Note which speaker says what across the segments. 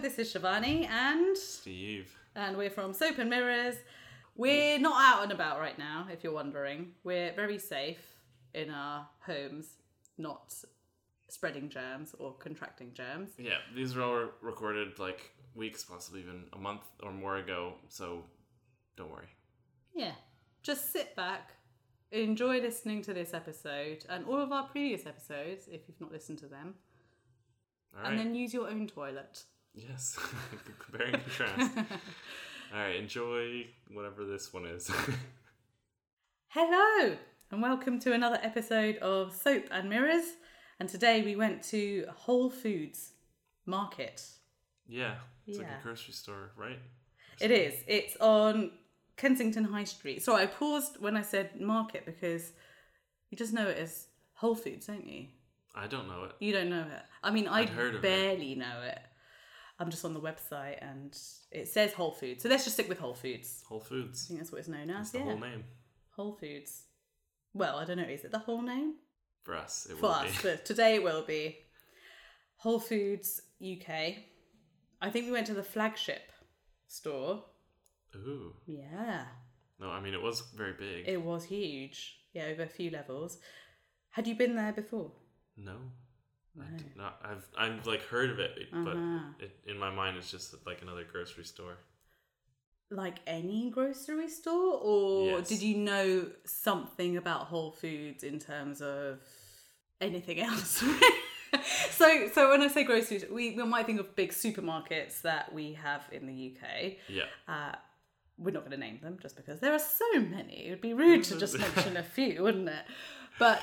Speaker 1: This is Shivani and
Speaker 2: Steve.
Speaker 1: and we're from Soap and Mirrors. We're not out and about right now, if you're wondering. We're very safe in our homes, not spreading germs or contracting germs.
Speaker 2: Yeah, these were all recorded like weeks, possibly even a month or more ago. So don't worry.
Speaker 1: Yeah. Just sit back, enjoy listening to this episode and all of our previous episodes if you've not listened to them,
Speaker 2: All
Speaker 1: and
Speaker 2: right.
Speaker 1: then use your own toilet.
Speaker 2: yes. Comparing and contrast. all right. Enjoy whatever this one is.
Speaker 1: Hello, and welcome to another episode of Soap and Mirrors. And today we went to Whole Foods Market.
Speaker 2: yeah. It's like
Speaker 1: Yeah.
Speaker 2: a grocery store, right?
Speaker 1: It is, it's on Kensington High Street. So I paused when I said market because you just know it as Whole Foods, don't you?
Speaker 2: I don't know it.
Speaker 1: You don't know it. I mean, I
Speaker 2: I'd heard of it.
Speaker 1: barely know it. I'm just on the website and it says Whole Foods. So let's just stick with Whole Foods.
Speaker 2: Whole
Speaker 1: I
Speaker 2: Foods.
Speaker 1: think that's what it's known as.
Speaker 2: It's the
Speaker 1: yeah.
Speaker 2: whole name
Speaker 1: Whole Foods. Well, I don't know. Is it the whole name?
Speaker 2: for us. It
Speaker 1: for
Speaker 2: will
Speaker 1: us,
Speaker 2: be.
Speaker 1: but today it will be Whole Foods UK. I think we went to the flagship store.
Speaker 2: Ooh.
Speaker 1: Yeah,
Speaker 2: No, I mean it was very big.
Speaker 1: it was huge. Yeah, over a few levels. Had you been there before?
Speaker 2: No. I did not. I've I've like heard of it,
Speaker 1: Uh-huh.
Speaker 2: but it, in my mind it's just like another grocery store.
Speaker 1: Like any grocery store, or
Speaker 2: Yes.
Speaker 1: did you know something about Whole Foods in terms of anything else? so, so when I say groceries, we, we might think of big supermarkets that we have in the UK.
Speaker 2: Yeah.
Speaker 1: Uh, we're not going to name them just because there are so many. It would be rude to just mention a few, wouldn't it? But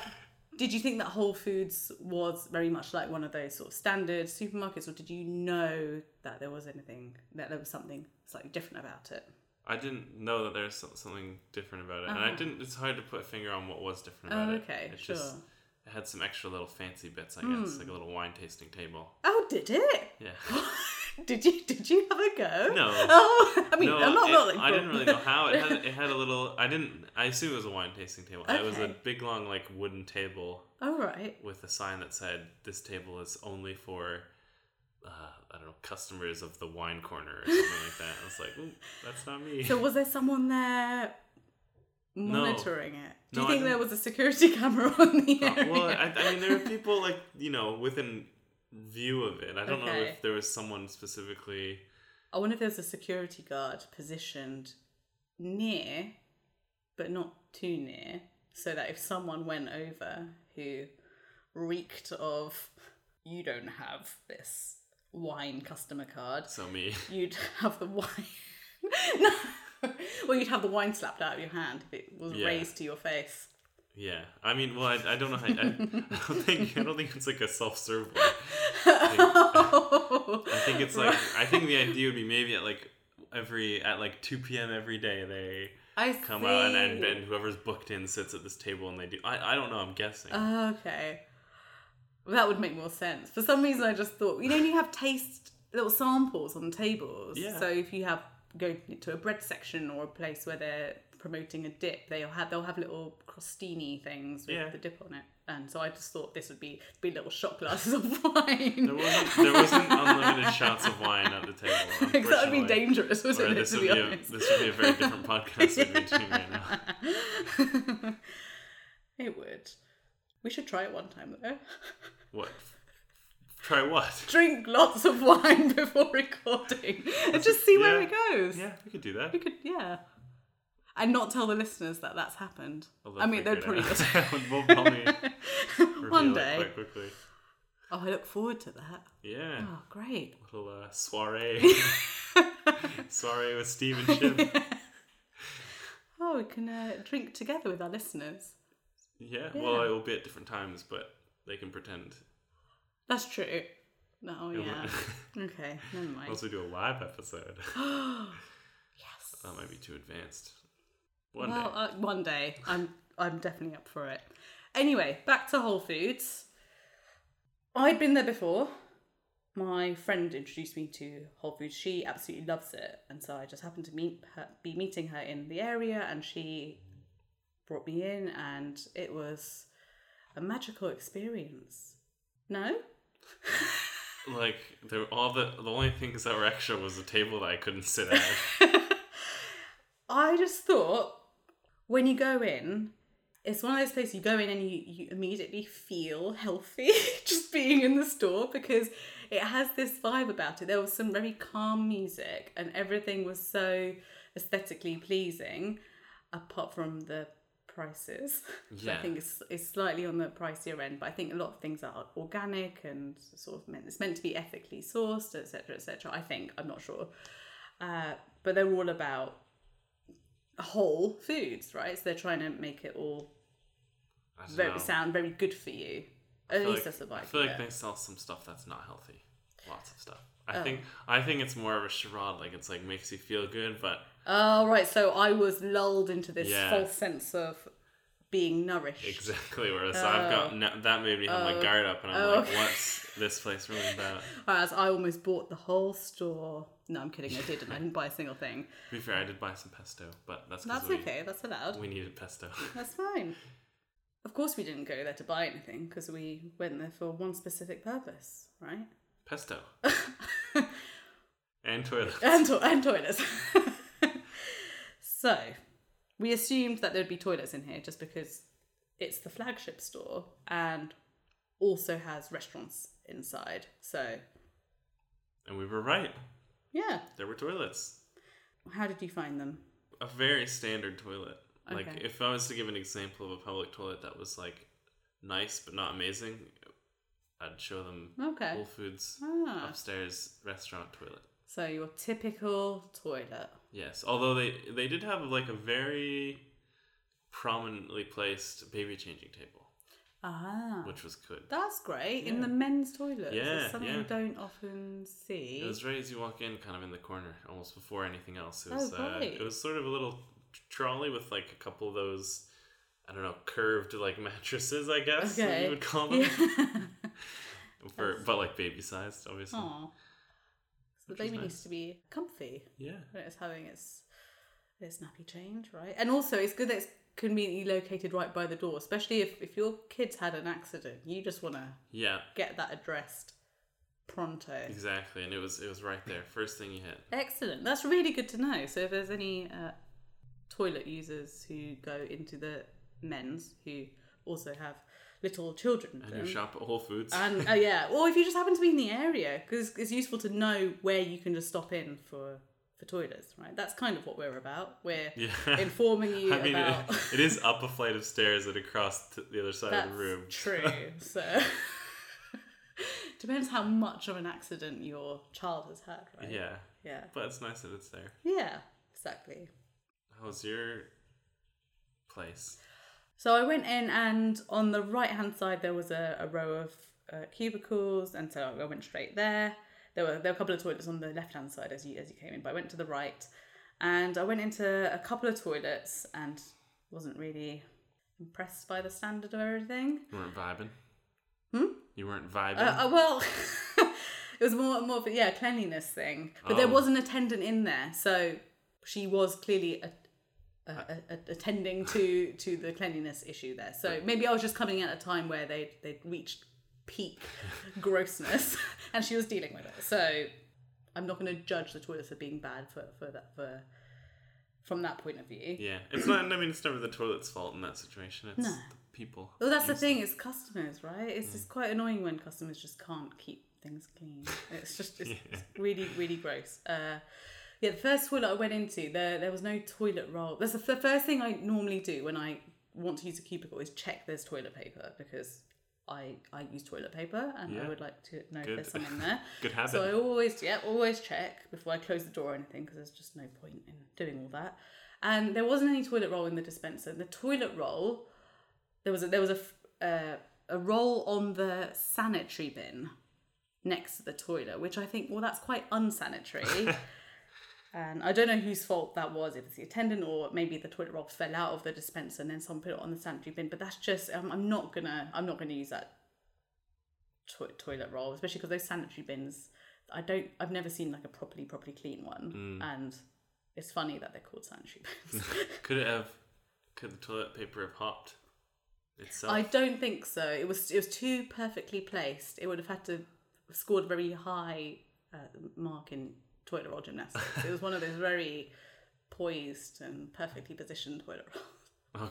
Speaker 1: did you think that Whole Foods was very much like one of those sort of standard supermarkets, or did you know that there was anything, that there was something slightly different about it?
Speaker 2: I didn't know that there's so- something different about it, and I didn't. It's hard to put a finger on what was different about
Speaker 1: Uh-huh. Oh,
Speaker 2: it.
Speaker 1: okay,
Speaker 2: it
Speaker 1: sure. Hmm.
Speaker 2: it had some extra little fancy bits, I guess, like a little wine tasting table.
Speaker 1: Oh, did it?
Speaker 2: Yeah.
Speaker 1: did you did you have a go?
Speaker 2: No.
Speaker 1: Oh, I mean,
Speaker 2: no,
Speaker 1: I'm not
Speaker 2: it-
Speaker 1: rolling.
Speaker 2: I didn't really know how it had. It had a little. I didn't. I assume it was a wine tasting table. It was a
Speaker 1: Okay.
Speaker 2: big long like wooden table
Speaker 1: All right.
Speaker 2: with a sign that said, "This table is only for." Uh, I don't know, customers of the wine corner or something like that. I was like, Ooh, that's not me.
Speaker 1: So was there someone there monitoring it? Do you
Speaker 2: No, I
Speaker 1: think there
Speaker 2: didn't.
Speaker 1: was a security camera on the
Speaker 2: Uh,
Speaker 1: area?
Speaker 2: well, I, I mean, there were people like you know within view of it. I don't know
Speaker 1: Okay.
Speaker 2: if there was someone specifically.
Speaker 1: I wonder if there's a security guard positioned near, but not too near, so that if someone went over who reeked of, you don't have this wine customer card,
Speaker 2: So me,
Speaker 1: you'd have the wine. no. Well, you'd have the wine slapped out of your hand if it was
Speaker 2: Yeah.
Speaker 1: raised to your face.
Speaker 2: yeah. I mean, well, I, I don't know. How, I, I don't think I don't think it's like a self serve one. I think, I think it's like I think the idea would be maybe at like every at like two p.m. every day they
Speaker 1: I
Speaker 2: come
Speaker 1: see.
Speaker 2: out and, and and whoever's booked in sits at this table and they do. I I don't know. I'm guessing.
Speaker 1: Uh. Okay. Well, that would make more sense. For some reason, I just thought, you know, you have taste little samples on tables.
Speaker 2: Yeah.
Speaker 1: So if you have go to a bread section or a place where they're promoting a dip, they'll have they'll have little crostini things with
Speaker 2: Yeah.
Speaker 1: the dip on it. And so I just thought this would be be little shot glasses of wine.
Speaker 2: there wasn't, there wasn't unlimited shots of wine at the table.
Speaker 1: Because that would be
Speaker 2: unfortunately.
Speaker 1: dangerous,
Speaker 2: Or
Speaker 1: wouldn't it?
Speaker 2: this
Speaker 1: To
Speaker 2: would
Speaker 1: be
Speaker 2: be a,
Speaker 1: honest,
Speaker 2: this would be a very different podcast we'd be doing right now.
Speaker 1: it would. We should try it one time though.
Speaker 2: What? Try what?
Speaker 1: drink lots of wine before recording and just see where
Speaker 2: Yeah.
Speaker 1: it goes.
Speaker 2: Yeah, we could do that.
Speaker 1: We could, yeah. And not tell the listeners that that's happened.
Speaker 2: Although
Speaker 1: I mean, they'd probably
Speaker 2: figure it
Speaker 1: just.
Speaker 2: out. we'll probably reveal
Speaker 1: One
Speaker 2: it
Speaker 1: day.
Speaker 2: quite quickly.
Speaker 1: Oh, I look forward to that.
Speaker 2: Yeah,
Speaker 1: Oh, great.
Speaker 2: little uh, soiree, soiree with Steve and Jim.
Speaker 1: Oh, we can uh, drink together with our listeners.
Speaker 2: Yeah,
Speaker 1: Yeah.
Speaker 2: well, it will be at different times, but they can pretend.
Speaker 1: That's true. Oh,
Speaker 2: It
Speaker 1: yeah.
Speaker 2: won't-
Speaker 1: Okay, never mind.
Speaker 2: Unless we do a live episode,
Speaker 1: yes.
Speaker 2: that might be too advanced. One
Speaker 1: Well,
Speaker 2: day.
Speaker 1: uh, one day. I'm, I'm definitely up for it. Anyway, back to Whole Foods. I'd been there before. My friend introduced me to Whole Foods. She absolutely loves it, and so I just happened to meet her, be meeting her in the area, and she brought me in, and it was a magical experience. No,
Speaker 2: like there all the the only things that were extra was the table that I couldn't sit at.
Speaker 1: I just thought when you go in, it's one of those places you go in and you, you immediately feel healthy just being in the store because it has this vibe about it. There was some very calm music and everything was so aesthetically pleasing, apart from the prices. which I
Speaker 2: Yeah.
Speaker 1: think it's, it's slightly on the pricier end, but I think a lot of things are organic and sort of meant, it's meant to be ethically sourced, etc., etc. I think I'm not sure, uh, but they're all about whole foods, right? So they're trying to make it all
Speaker 2: I don't
Speaker 1: very,
Speaker 2: know.
Speaker 1: sound very good for you. At
Speaker 2: I feel
Speaker 1: least
Speaker 2: like,
Speaker 1: that's the vibe.
Speaker 2: I feel like
Speaker 1: you get.
Speaker 2: they sell some stuff that's not healthy. Lots of stuff. I
Speaker 1: Oh.
Speaker 2: think I think it's more of a charade. Like it's like makes you feel good, but
Speaker 1: Oh right, so I was lulled into this
Speaker 2: Yeah.
Speaker 1: false sense of being nourished.
Speaker 2: exactly. Whereas I've got no, that made me have my guard up, and I'm
Speaker 1: Oh,
Speaker 2: like,
Speaker 1: okay.
Speaker 2: what's this place really about?
Speaker 1: Whereas I almost bought the whole store. No, I'm kidding. I didn't. I didn't buy a single thing.
Speaker 2: To be fair, I did buy some pesto, but that's 'cause
Speaker 1: That's
Speaker 2: we,
Speaker 1: okay. That's allowed.
Speaker 2: we needed pesto.
Speaker 1: That's fine. Of course, we didn't go there to buy anything because we went there for one specific purpose, right?
Speaker 2: pesto and toilet.
Speaker 1: And, to- and toilets. so, we assumed that there'd be toilets in here just because it's the flagship store and also has restaurants inside. So,
Speaker 2: And we were right.
Speaker 1: yeah.
Speaker 2: There were toilets.
Speaker 1: How did you find them?
Speaker 2: a very standard toilet. Like
Speaker 1: Okay.
Speaker 2: if I was to give an example of a public toilet that was like nice but not amazing, I'd show them
Speaker 1: Okay.
Speaker 2: Whole Foods
Speaker 1: Ah.
Speaker 2: upstairs restaurant toilet.
Speaker 1: So, your typical toilet.
Speaker 2: Yes, although they they did have like a very prominently placed baby changing table,
Speaker 1: Ah.
Speaker 2: which was good.
Speaker 1: That's great. In
Speaker 2: Yeah.
Speaker 1: the men's toilets.
Speaker 2: Yeah,
Speaker 1: it's something
Speaker 2: yeah.
Speaker 1: you don't often see.
Speaker 2: It was right as you walk in, kind of in the corner, almost before anything else. It was
Speaker 1: Oh,
Speaker 2: uh,
Speaker 1: right.
Speaker 2: it was sort of a little tr- trolley with like a couple of those, I don't know, curved like mattresses, I guess
Speaker 1: Okay.
Speaker 2: you would call them.
Speaker 1: Yeah.
Speaker 2: For, but like baby sized, obviously.
Speaker 1: Aw. So the
Speaker 2: Which is
Speaker 1: baby
Speaker 2: nice.
Speaker 1: needs to be comfy
Speaker 2: Yeah.
Speaker 1: when it's having its its nappy change, right? And also, it's good that it's conveniently located right by the door, especially if, if your kid's had an accident. You just want to
Speaker 2: Yeah.
Speaker 1: get that addressed pronto.
Speaker 2: Exactly. And it was it was right there. First thing you hit.
Speaker 1: Excellent. That's really good to know. So, if there's any uh, toilet users who go into the men's who also have little children, with
Speaker 2: And
Speaker 1: them,
Speaker 2: you shop at Whole Foods.
Speaker 1: And oh yeah, or if you just happen to be in the area, because it's useful to know where you can just stop in for for toilets, right? That's kind of what we're about. We're
Speaker 2: yeah.
Speaker 1: informing you
Speaker 2: I mean,
Speaker 1: about.
Speaker 2: it, it is up a flight of stairs and across to the other side
Speaker 1: That's
Speaker 2: of the room.
Speaker 1: true. So depends how much of an accident your child has had, right?
Speaker 2: Yeah.
Speaker 1: Yeah.
Speaker 2: But it's nice that it's there.
Speaker 1: Yeah. Exactly.
Speaker 2: How's your place?
Speaker 1: So I went in, and on the right hand side there was a, a row of uh, cubicles, and so I went straight there. There were there were a couple of toilets on the left hand side as you as you came in, but I went to the right, and I went into a couple of toilets and wasn't really impressed by the standard of everything.
Speaker 2: You weren't vibing? Hmm? You weren't vibing?
Speaker 1: Uh, uh, well, it was more more of a, yeah cleanliness thing, but there
Speaker 2: Oh.
Speaker 1: was an attendant in there, so she was clearly a, a, a, a- attending to to the cleanliness issue there. So maybe I was just coming at a time where they they would reached peak grossness, and she was dealing with it. So I'm not going to judge the toilets for being bad for for that for from that point of view.
Speaker 2: yeah. It's not, I mean, it's never the toilet's fault in that situation. It's the people.
Speaker 1: Well, that's the thing. It's customers, right? It's just
Speaker 2: Mm.
Speaker 1: quite annoying when customers just can't keep things clean. It's just it's, it's really, really gross. Uh, yeah, the first toilet I went into, there there was no toilet roll. That's the, f- the first thing I normally do when I want to use a cubicle is check there's toilet paper because I I use toilet paper and I
Speaker 2: Yeah.
Speaker 1: would like to know
Speaker 2: Good.
Speaker 1: if there's some in there.
Speaker 2: Good habit.
Speaker 1: So I always, yeah, always check before I close the door or anything because there's just no point in doing all that. And there wasn't any toilet roll in the dispenser. The toilet roll, there was a, there was a f- uh, a roll on the sanitary bin next to the toilet, which I think, well, that's quite unsanitary. and I don't know whose fault that was. If it's the attendant or maybe the toilet roll fell out of the dispenser and then someone put it on the sanitary bin. But that's just, um, I'm not gonna, I'm not gonna use that to- toilet roll, especially because those sanitary bins, I don't, I've never seen like a properly, properly clean one.
Speaker 2: Mm.
Speaker 1: And it's funny that they're called sanitary bins.
Speaker 2: Could it have, could the toilet paper have hopped itself?
Speaker 1: I don't think so. It was, it was too perfectly placed. It would have had to scored a very high uh, mark in toilet roll gymnastics. it was one of those very poised and perfectly positioned toilet rolls.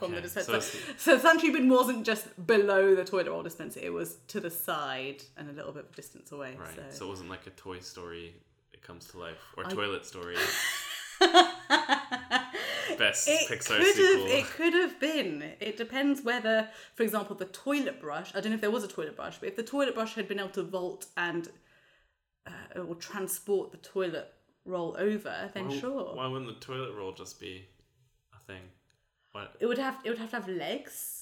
Speaker 1: From the
Speaker 2: Okay, so
Speaker 1: dispenser. So,
Speaker 2: it's-
Speaker 1: the Santry bin wasn't just below the toilet roll dispenser, it was to the side and a little bit of distance away.
Speaker 2: Right. So.
Speaker 1: So,
Speaker 2: it wasn't like a Toy Story. It comes to life or Toilet Story. Best
Speaker 1: it
Speaker 2: Pixar
Speaker 1: could
Speaker 2: sequel.
Speaker 1: have it could have been. It depends whether, for example, the toilet brush. I don't know if there was a toilet brush, but if the toilet brush had been able to vault and uh, or transport the toilet roll over, then
Speaker 2: Why-
Speaker 1: sure,
Speaker 2: Why wouldn't the toilet roll just be a thing? What?
Speaker 1: it would have it would have to have legs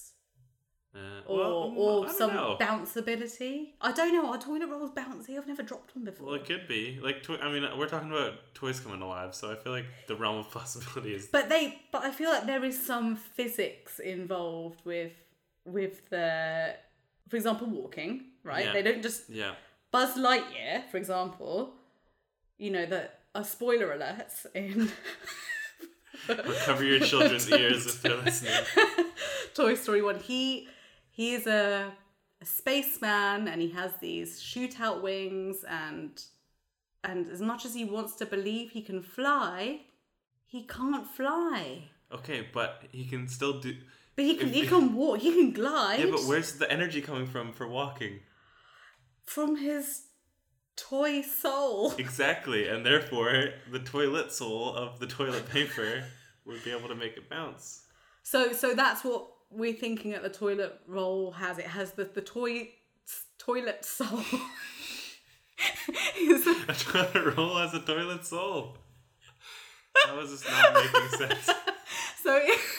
Speaker 2: Uh,
Speaker 1: or
Speaker 2: well, I
Speaker 1: or
Speaker 2: don't
Speaker 1: some
Speaker 2: know.
Speaker 1: bounce ability. I don't know. Are toilet rolls bouncy? I've never dropped one before.
Speaker 2: Well, it could be like. Toy- I mean, uh, we're talking about toys coming alive, so I feel like the realm of possibilities.
Speaker 1: But they, but I feel like there is some physics involved with with the, for example, walking. Right?
Speaker 2: Yeah.
Speaker 1: They don't just
Speaker 2: Yeah.
Speaker 1: Buzz Lightyear, for example. You know that a spoiler alerts in
Speaker 2: Cover your children's ears if they're listening.
Speaker 1: Toy Story One. He he is a, a spaceman and he has these shootout wings and and as much as he wants to believe he can fly, he can't fly.
Speaker 2: Okay, but he can still do.
Speaker 1: But he can he can walk. He can glide.
Speaker 2: Yeah, but where's the energy coming from for walking?
Speaker 1: from his toy soul.
Speaker 2: Exactly, and therefore the toilet soul of the toilet paper would be able to make it bounce.
Speaker 1: So so that's what we're thinking at the toilet roll has. It has the the toy toilet soul. Is-
Speaker 2: A toilet roll has a toilet soul. That was just not making sense.
Speaker 1: so it-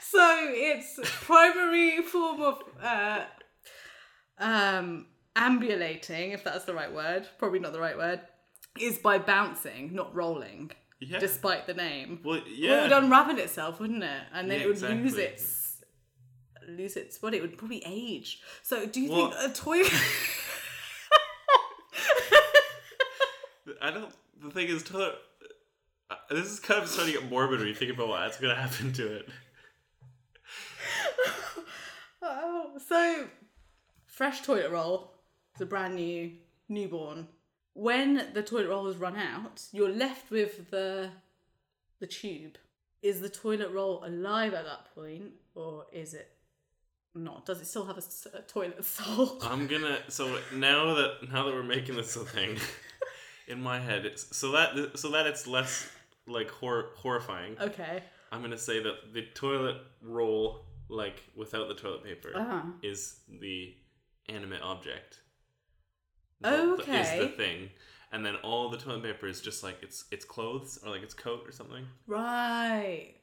Speaker 1: so its primary form of uh, um, ambulating, if that's the right word, probably not the right word, is by bouncing, not rolling,
Speaker 2: Yeah.
Speaker 1: despite the name.
Speaker 2: well,
Speaker 1: Well,
Speaker 2: yeah.
Speaker 1: it would unravel itself, wouldn't it? And then
Speaker 2: Yeah,
Speaker 1: it would lose
Speaker 2: exactly.
Speaker 1: its lose its what it would probably age. So do you
Speaker 2: Well-
Speaker 1: think a toy
Speaker 2: I don't. The thing is, toilet. uh, This is kind of starting to get morbid when you think about what's going to happen to it.
Speaker 1: Oh, so fresh toilet roll is a brand new newborn. When the toilet roll has run out, you're left with the the tube. Is the toilet roll alive at that point or is it not? Does it still have a, s- a toilet soul?
Speaker 2: I'm gonna. So now that now that we're making this a thing, in my head, it's, so that so that it's less like hor- horrifying.
Speaker 1: Okay.
Speaker 2: I'm gonna say that the toilet roll, like without the toilet paper,
Speaker 1: Uh-huh.
Speaker 2: is the animate object.
Speaker 1: Oh,
Speaker 2: The- the- Is the
Speaker 1: okay.
Speaker 2: thing, and then all the toilet paper is just like its its clothes or like its coat or something.
Speaker 1: Right.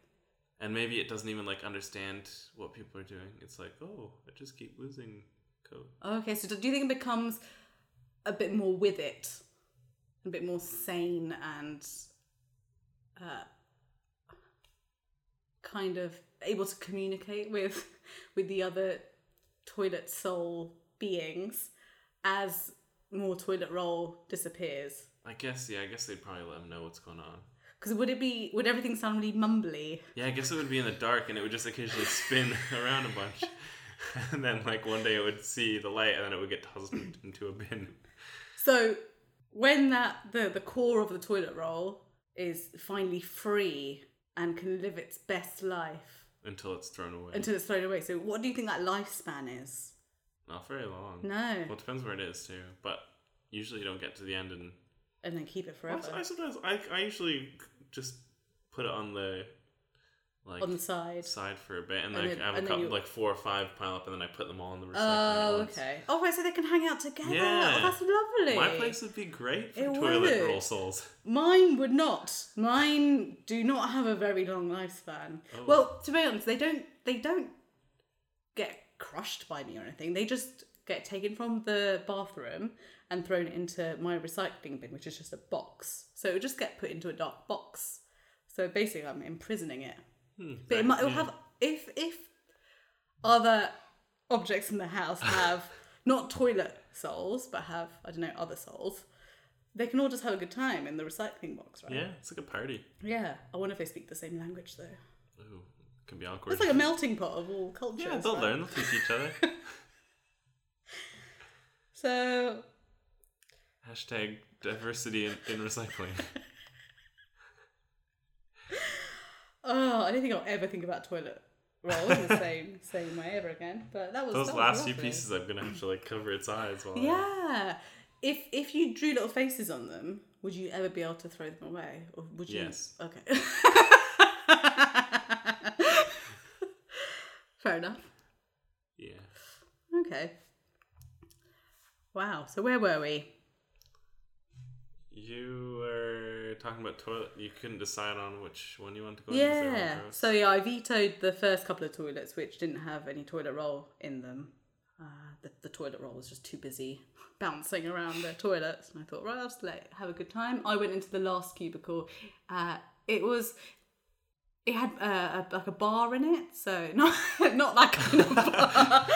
Speaker 2: And maybe it doesn't even like understand what people are doing. It's like, oh, I just keep losing coat.
Speaker 1: Okay, so do you think it becomes a bit more with it, a bit more sane and uh, kind of able to communicate with with the other toilet soul beings as more toilet roll disappears?
Speaker 2: I guess yeah. I guess they'd probably let them know what's going on.
Speaker 1: Because would it be would everything sound really mumbly?
Speaker 2: Yeah, I guess it would be in the dark and it would just occasionally spin around a bunch. And then, like, one day it would see the light and then it would get tossed in- into a bin.
Speaker 1: So when that the the core of the toilet roll is finally free and can live its best life.
Speaker 2: Until it's thrown away.
Speaker 1: until it's thrown away. So what do you think that lifespan is?
Speaker 2: Not very long.
Speaker 1: No,
Speaker 2: Well, it depends where it is, too. But usually you don't get to the end and.
Speaker 1: and then keep it forever
Speaker 2: I sometimes. I, I usually just put it on the. Like,
Speaker 1: on the side.
Speaker 2: side for a bit
Speaker 1: And
Speaker 2: and, like
Speaker 1: then-
Speaker 2: I have a
Speaker 1: and then
Speaker 2: couple,
Speaker 1: you-
Speaker 2: like four or five pile up and then I put them all in the recycling. at
Speaker 1: Oh,
Speaker 2: once.
Speaker 1: okay. Oh, right, so they can hang out together.
Speaker 2: Yeah.
Speaker 1: Oh, that's lovely.
Speaker 2: My place would be great for
Speaker 1: It
Speaker 2: toilet
Speaker 1: would.
Speaker 2: roll souls.
Speaker 1: Mine would not. Mine do not have a very long lifespan.
Speaker 2: Oh.
Speaker 1: Well, to be honest, they don't. They don't get crushed by me or anything. They just get taken from the bathroom and thrown into my recycling bin, which is just a box. So it would just get put into a dark box. So basically, I'm imprisoning it. But it might it'll have if if other objects in the house have not toilet souls, but have I don't know other souls. They can all just have a good time in the recycling box, right?
Speaker 2: Yeah, it's like a party.
Speaker 1: Yeah. I wonder if they speak the same language though.
Speaker 2: Ooh, Can be awkward.
Speaker 1: It's like a melting pot of all cultures.
Speaker 2: yeah, they'll
Speaker 1: right?
Speaker 2: learn. They'll teach each other.
Speaker 1: So
Speaker 2: Hashtag diversity in, in recycling.
Speaker 1: Oh, I don't think I'll ever think about toilet roll in the same same way ever again. But that was
Speaker 2: Those
Speaker 1: that was
Speaker 2: last few
Speaker 1: lovely.
Speaker 2: pieces, I'm gonna have to like cover its eyes while. I-
Speaker 1: Yeah. If if you drew little faces on them, would you ever be able to throw them away, or would you?
Speaker 2: Yes.
Speaker 1: Okay. Fair enough.
Speaker 2: yeah.
Speaker 1: Okay. Wow. So where were we?
Speaker 2: You were talking about toilet. You couldn't decide on which one you wanted to go. into, so they were
Speaker 1: Yeah.
Speaker 2: gross.
Speaker 1: So yeah, I vetoed the first couple of toilets, which didn't have any toilet roll in them. Uh, the, the toilet roll was just too busy bouncing around the toilets, and I thought, right, I'll just let have a good time. I went into the last cubicle. Uh, it was. It had uh, a, like a bar in it, so not not that kind of bar.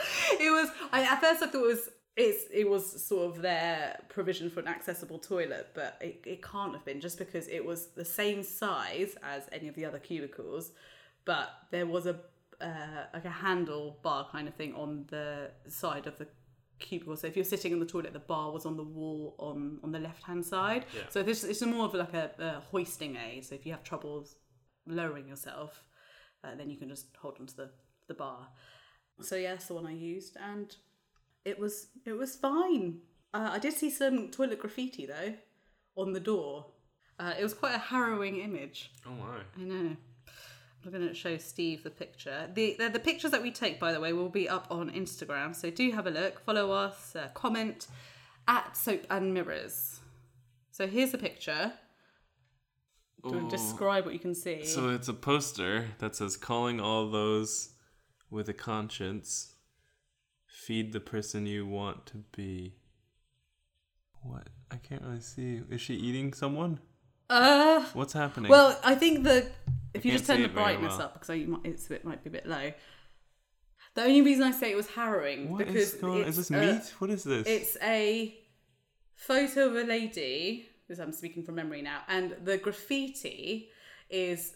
Speaker 1: it was. I, at first, I thought it was. It's, it was sort of their provision for an accessible toilet, but it, it can't have been just because it was the same size as any of the other cubicles, but there was a uh, like a handle bar kind of thing on the side of the cubicle. So if you're sitting in the toilet, the bar was on the wall on on the left hand side.
Speaker 2: Yeah.
Speaker 1: So this it's more of like a, a hoisting aid. So if you have troubles lowering yourself, uh, then you can just hold onto the the bar. So yeah, that's the one I used, and it was it was fine. Uh, I did see some toilet graffiti though on the door. Uh, it was quite a harrowing image.
Speaker 2: Oh my.
Speaker 1: I know. I'm going to show Steve the picture. The, the the pictures that we take, by the way, will be up on Instagram. So do have a look, follow us, uh, comment at Soap and Mirrors. So here's the picture. Do you want to describe what you can see?
Speaker 2: So it's a poster that says calling all those with a conscience feed the person you want to be. What? I can't really see. Is she eating someone?
Speaker 1: uh,
Speaker 2: What's happening?
Speaker 1: well, I think the if you
Speaker 2: can't
Speaker 1: just turn
Speaker 2: see
Speaker 1: the
Speaker 2: it very
Speaker 1: brightness
Speaker 2: well.
Speaker 1: up because I, you might, it's a bit might be a bit low. The only reason I say it was harrowing
Speaker 2: What
Speaker 1: because
Speaker 2: is going
Speaker 1: it's
Speaker 2: Is this
Speaker 1: a-
Speaker 2: meat? What is this?
Speaker 1: It's a photo of a lady, because I'm speaking from memory now, and the graffiti is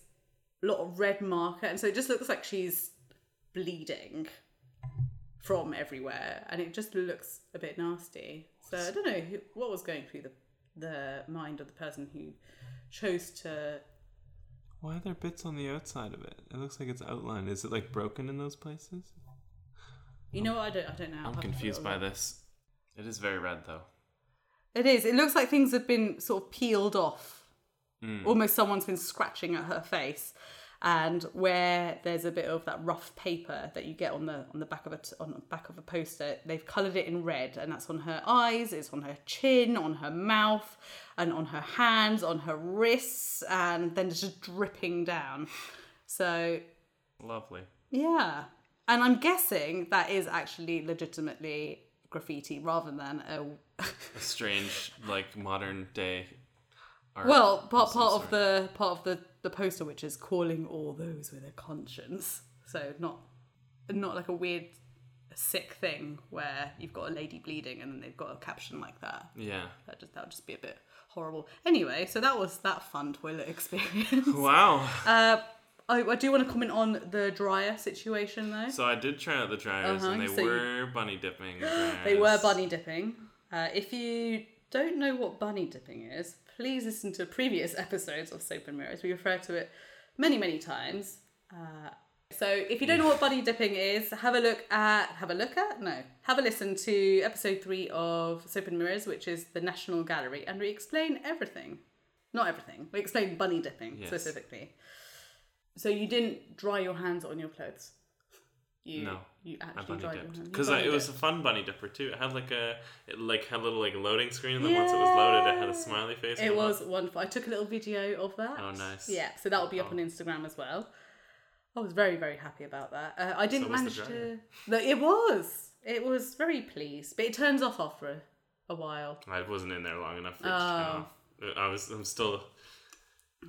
Speaker 1: a lot of red marker, and so it just looks like she's bleeding from everywhere, and it just looks a bit nasty. So I don't know who, what was going through the the mind of the person who chose to.
Speaker 2: Why are there bits on the outside of it? It looks like it's outlined. Is it like broken in those places?
Speaker 1: You know, what? I don't, I don't know.
Speaker 2: I'm confused by this. It is very red though.
Speaker 1: It is. It looks like things have been sort of peeled off.
Speaker 2: Hmm.
Speaker 1: Almost someone's been scratching at her face. And where there's a bit of that rough paper that you get on the on the back of a t- on the back of a poster, they've coloured it in red, and that's on her eyes, it's on her chin, on her mouth, and on her hands, on her wrists, and then it's just dripping down. So
Speaker 2: Lovely.
Speaker 1: yeah. And I'm guessing that is actually legitimately graffiti rather than a
Speaker 2: A strange, like modern day. Art
Speaker 1: Well, part
Speaker 2: of some
Speaker 1: part of
Speaker 2: sort.
Speaker 1: the part of the the poster, which is calling all those with a conscience. So not not like a weird sick thing where you've got a lady bleeding and then they've got a caption like that.
Speaker 2: Yeah.
Speaker 1: That just that would just be a bit horrible. Anyway, so that was that fun toilet experience.
Speaker 2: Wow.
Speaker 1: Uh, I, I do want to comment on the dryer situation though.
Speaker 2: So I did try out the dryers,
Speaker 1: Uh-huh,
Speaker 2: and they
Speaker 1: so you-
Speaker 2: were bunny dipping.
Speaker 1: They were
Speaker 2: dryers.
Speaker 1: bunny dipping. Uh, if you don't know what bunny dipping is, please listen to previous episodes of Soap and Mirrors. We refer to it many, many times. Uh, so if you don't know what bunny dipping is, have a look at have a look at no have a listen to episode three of Soap and Mirrors, which is the National Gallery, and we explain everything. Not everything. We explain bunny dipping
Speaker 2: Yes.
Speaker 1: specifically. So you didn't dry your hands on your clothes. You,
Speaker 2: No,
Speaker 1: you
Speaker 2: I
Speaker 1: actually
Speaker 2: bunny
Speaker 1: dried your hands.
Speaker 2: dipped
Speaker 1: You
Speaker 2: because
Speaker 1: bunny
Speaker 2: it was
Speaker 1: dipped.
Speaker 2: a fun bunny dipper too. It had like a it like had a little like loading screen, and then once it was loaded, it had a
Speaker 1: Yeah.
Speaker 2: smiley face.
Speaker 1: It
Speaker 2: come up.
Speaker 1: was wonderful. I took a little video of that.
Speaker 2: Oh, nice. Oh.
Speaker 1: Yeah, so that will be up on Instagram as well. I was very, very happy about that. Uh, I didn't
Speaker 2: So was the
Speaker 1: manage to.
Speaker 2: dryer.
Speaker 1: No, it was. It was very pleased, but it turns off after a, a while.
Speaker 2: I wasn't in there long enough for it to
Speaker 1: Oh.
Speaker 2: turn off. Uh, I was. I'm still. I-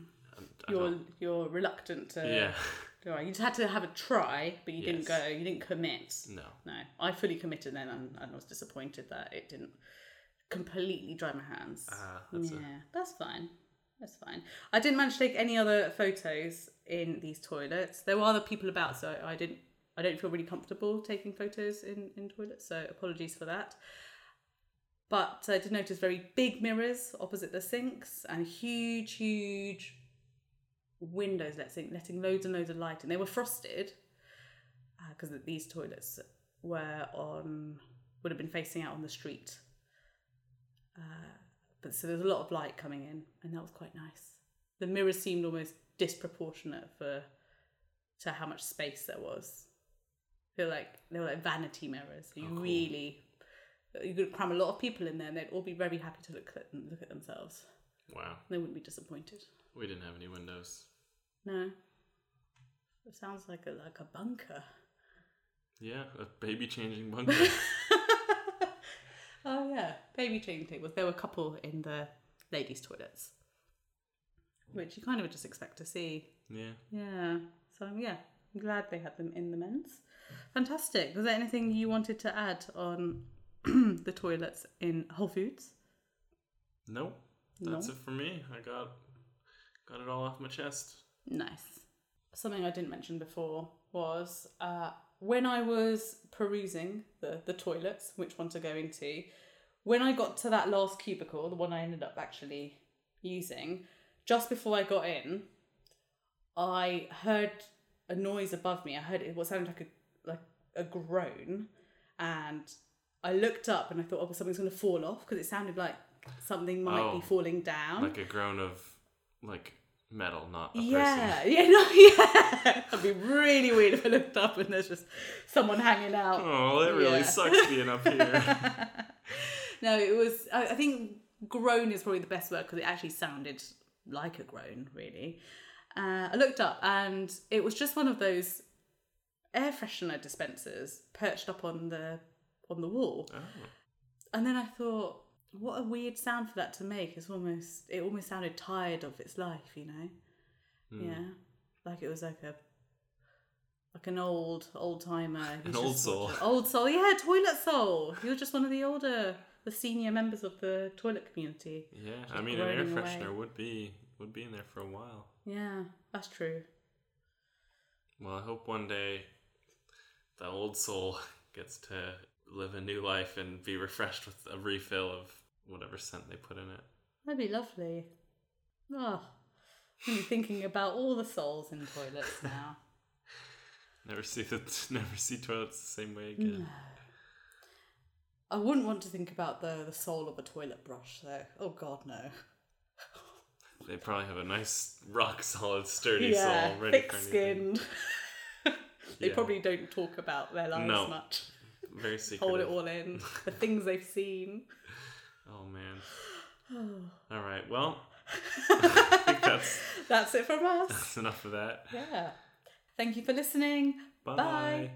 Speaker 2: I
Speaker 1: You're
Speaker 2: don't-
Speaker 1: you're reluctant to.
Speaker 2: Yeah.
Speaker 1: do it. You just had to have a try, but you didn't
Speaker 2: Yes.
Speaker 1: go. You didn't commit.
Speaker 2: No.
Speaker 1: No, I fully committed then, and, and I was disappointed that it didn't completely dry my hands.
Speaker 2: Ah, that's
Speaker 1: yeah,
Speaker 2: a-
Speaker 1: that's fine. That's fine. I didn't manage to take any other photos in these toilets. There were other people about, so I didn't. I don't feel really comfortable taking photos in in toilets. So apologies for that. But I did notice very big mirrors opposite the sinks and huge, huge windows letting letting loads and loads of light in. They were frosted because uh, these toilets were on would have been facing out on the street. Uh, but so there's a lot of light coming in, and that was quite nice. The mirrors seemed almost disproportionate for to how much space there was. I feel like they were like vanity mirrors. You
Speaker 2: Oh, cool.
Speaker 1: really you could cram a lot of people in there, and they'd all be very happy to look at look at themselves.
Speaker 2: Wow.
Speaker 1: They wouldn't be disappointed.
Speaker 2: We didn't have any windows.
Speaker 1: No. It sounds like a like a bunker.
Speaker 2: Yeah, a baby changing bunker.
Speaker 1: Oh yeah, baby changing tables. There were a couple in the ladies' toilets, which you kind of would just expect to see.
Speaker 2: yeah.
Speaker 1: Yeah. So um, yeah, I'm glad they had them in the men's. Fantastic. Was there anything you wanted to add on the toilets in Whole Foods?
Speaker 2: Nope. That's it for me. I got got it all off my chest.
Speaker 1: Nice. Something I didn't mention before was uh, when I was perusing the, the toilets, which one to go into, when I got to that last cubicle, the one I ended up actually using, just before I got in, I heard a noise above me. I heard it what sounded like a like a groan, and I looked up and I thought, oh, something's going to fall off because it sounded like something might
Speaker 2: Oh.
Speaker 1: be falling down.
Speaker 2: Like a groan of like metal, not a person.
Speaker 1: Yeah, yeah, no, yeah. That'd be really weird if I looked up and there's just someone hanging out.
Speaker 2: Oh, it really
Speaker 1: Yeah.
Speaker 2: sucks being up here.
Speaker 1: No, it was. I, I think groan is probably the best word because it actually sounded like a groan, really. Uh, I looked up and it was just one of those air freshener dispensers perched up on the on the wall.
Speaker 2: oh.
Speaker 1: And then I thought, what a weird sound for that to make. It's almost it almost sounded tired of its life, you know.
Speaker 2: Hmm.
Speaker 1: Yeah, like it was like a like an old old timer,
Speaker 2: An old soul.
Speaker 1: old soul. Yeah, toilet soul. You're just one of the older, the senior members of the toilet community.
Speaker 2: Yeah. I
Speaker 1: Just
Speaker 2: mean an air
Speaker 1: groaning away.
Speaker 2: freshener would be would be in there for a while.
Speaker 1: Yeah, that's true.
Speaker 2: Well, I hope one day the old soul gets to live a new life and be refreshed with a refill of whatever scent they put in it.
Speaker 1: That'd be lovely. Oh, I'm thinking about all the souls in toilets now.
Speaker 2: Never see the never see toilets the same way again.
Speaker 1: I wouldn't want to think about the the soul of a toilet brush though. Oh God, no.
Speaker 2: They probably have a nice rock solid sturdy soul ready
Speaker 1: thick
Speaker 2: for anything.
Speaker 1: skinned. they
Speaker 2: Yeah.
Speaker 1: probably don't talk about their lives
Speaker 2: No.
Speaker 1: much.
Speaker 2: Very
Speaker 1: hold
Speaker 2: secretive.
Speaker 1: it all in the things they've seen
Speaker 2: Oh man. All right. Well, I think that's,
Speaker 1: that's it from us
Speaker 2: that's enough of that.
Speaker 1: yeah thank you for listening
Speaker 2: Bye.
Speaker 1: Bye.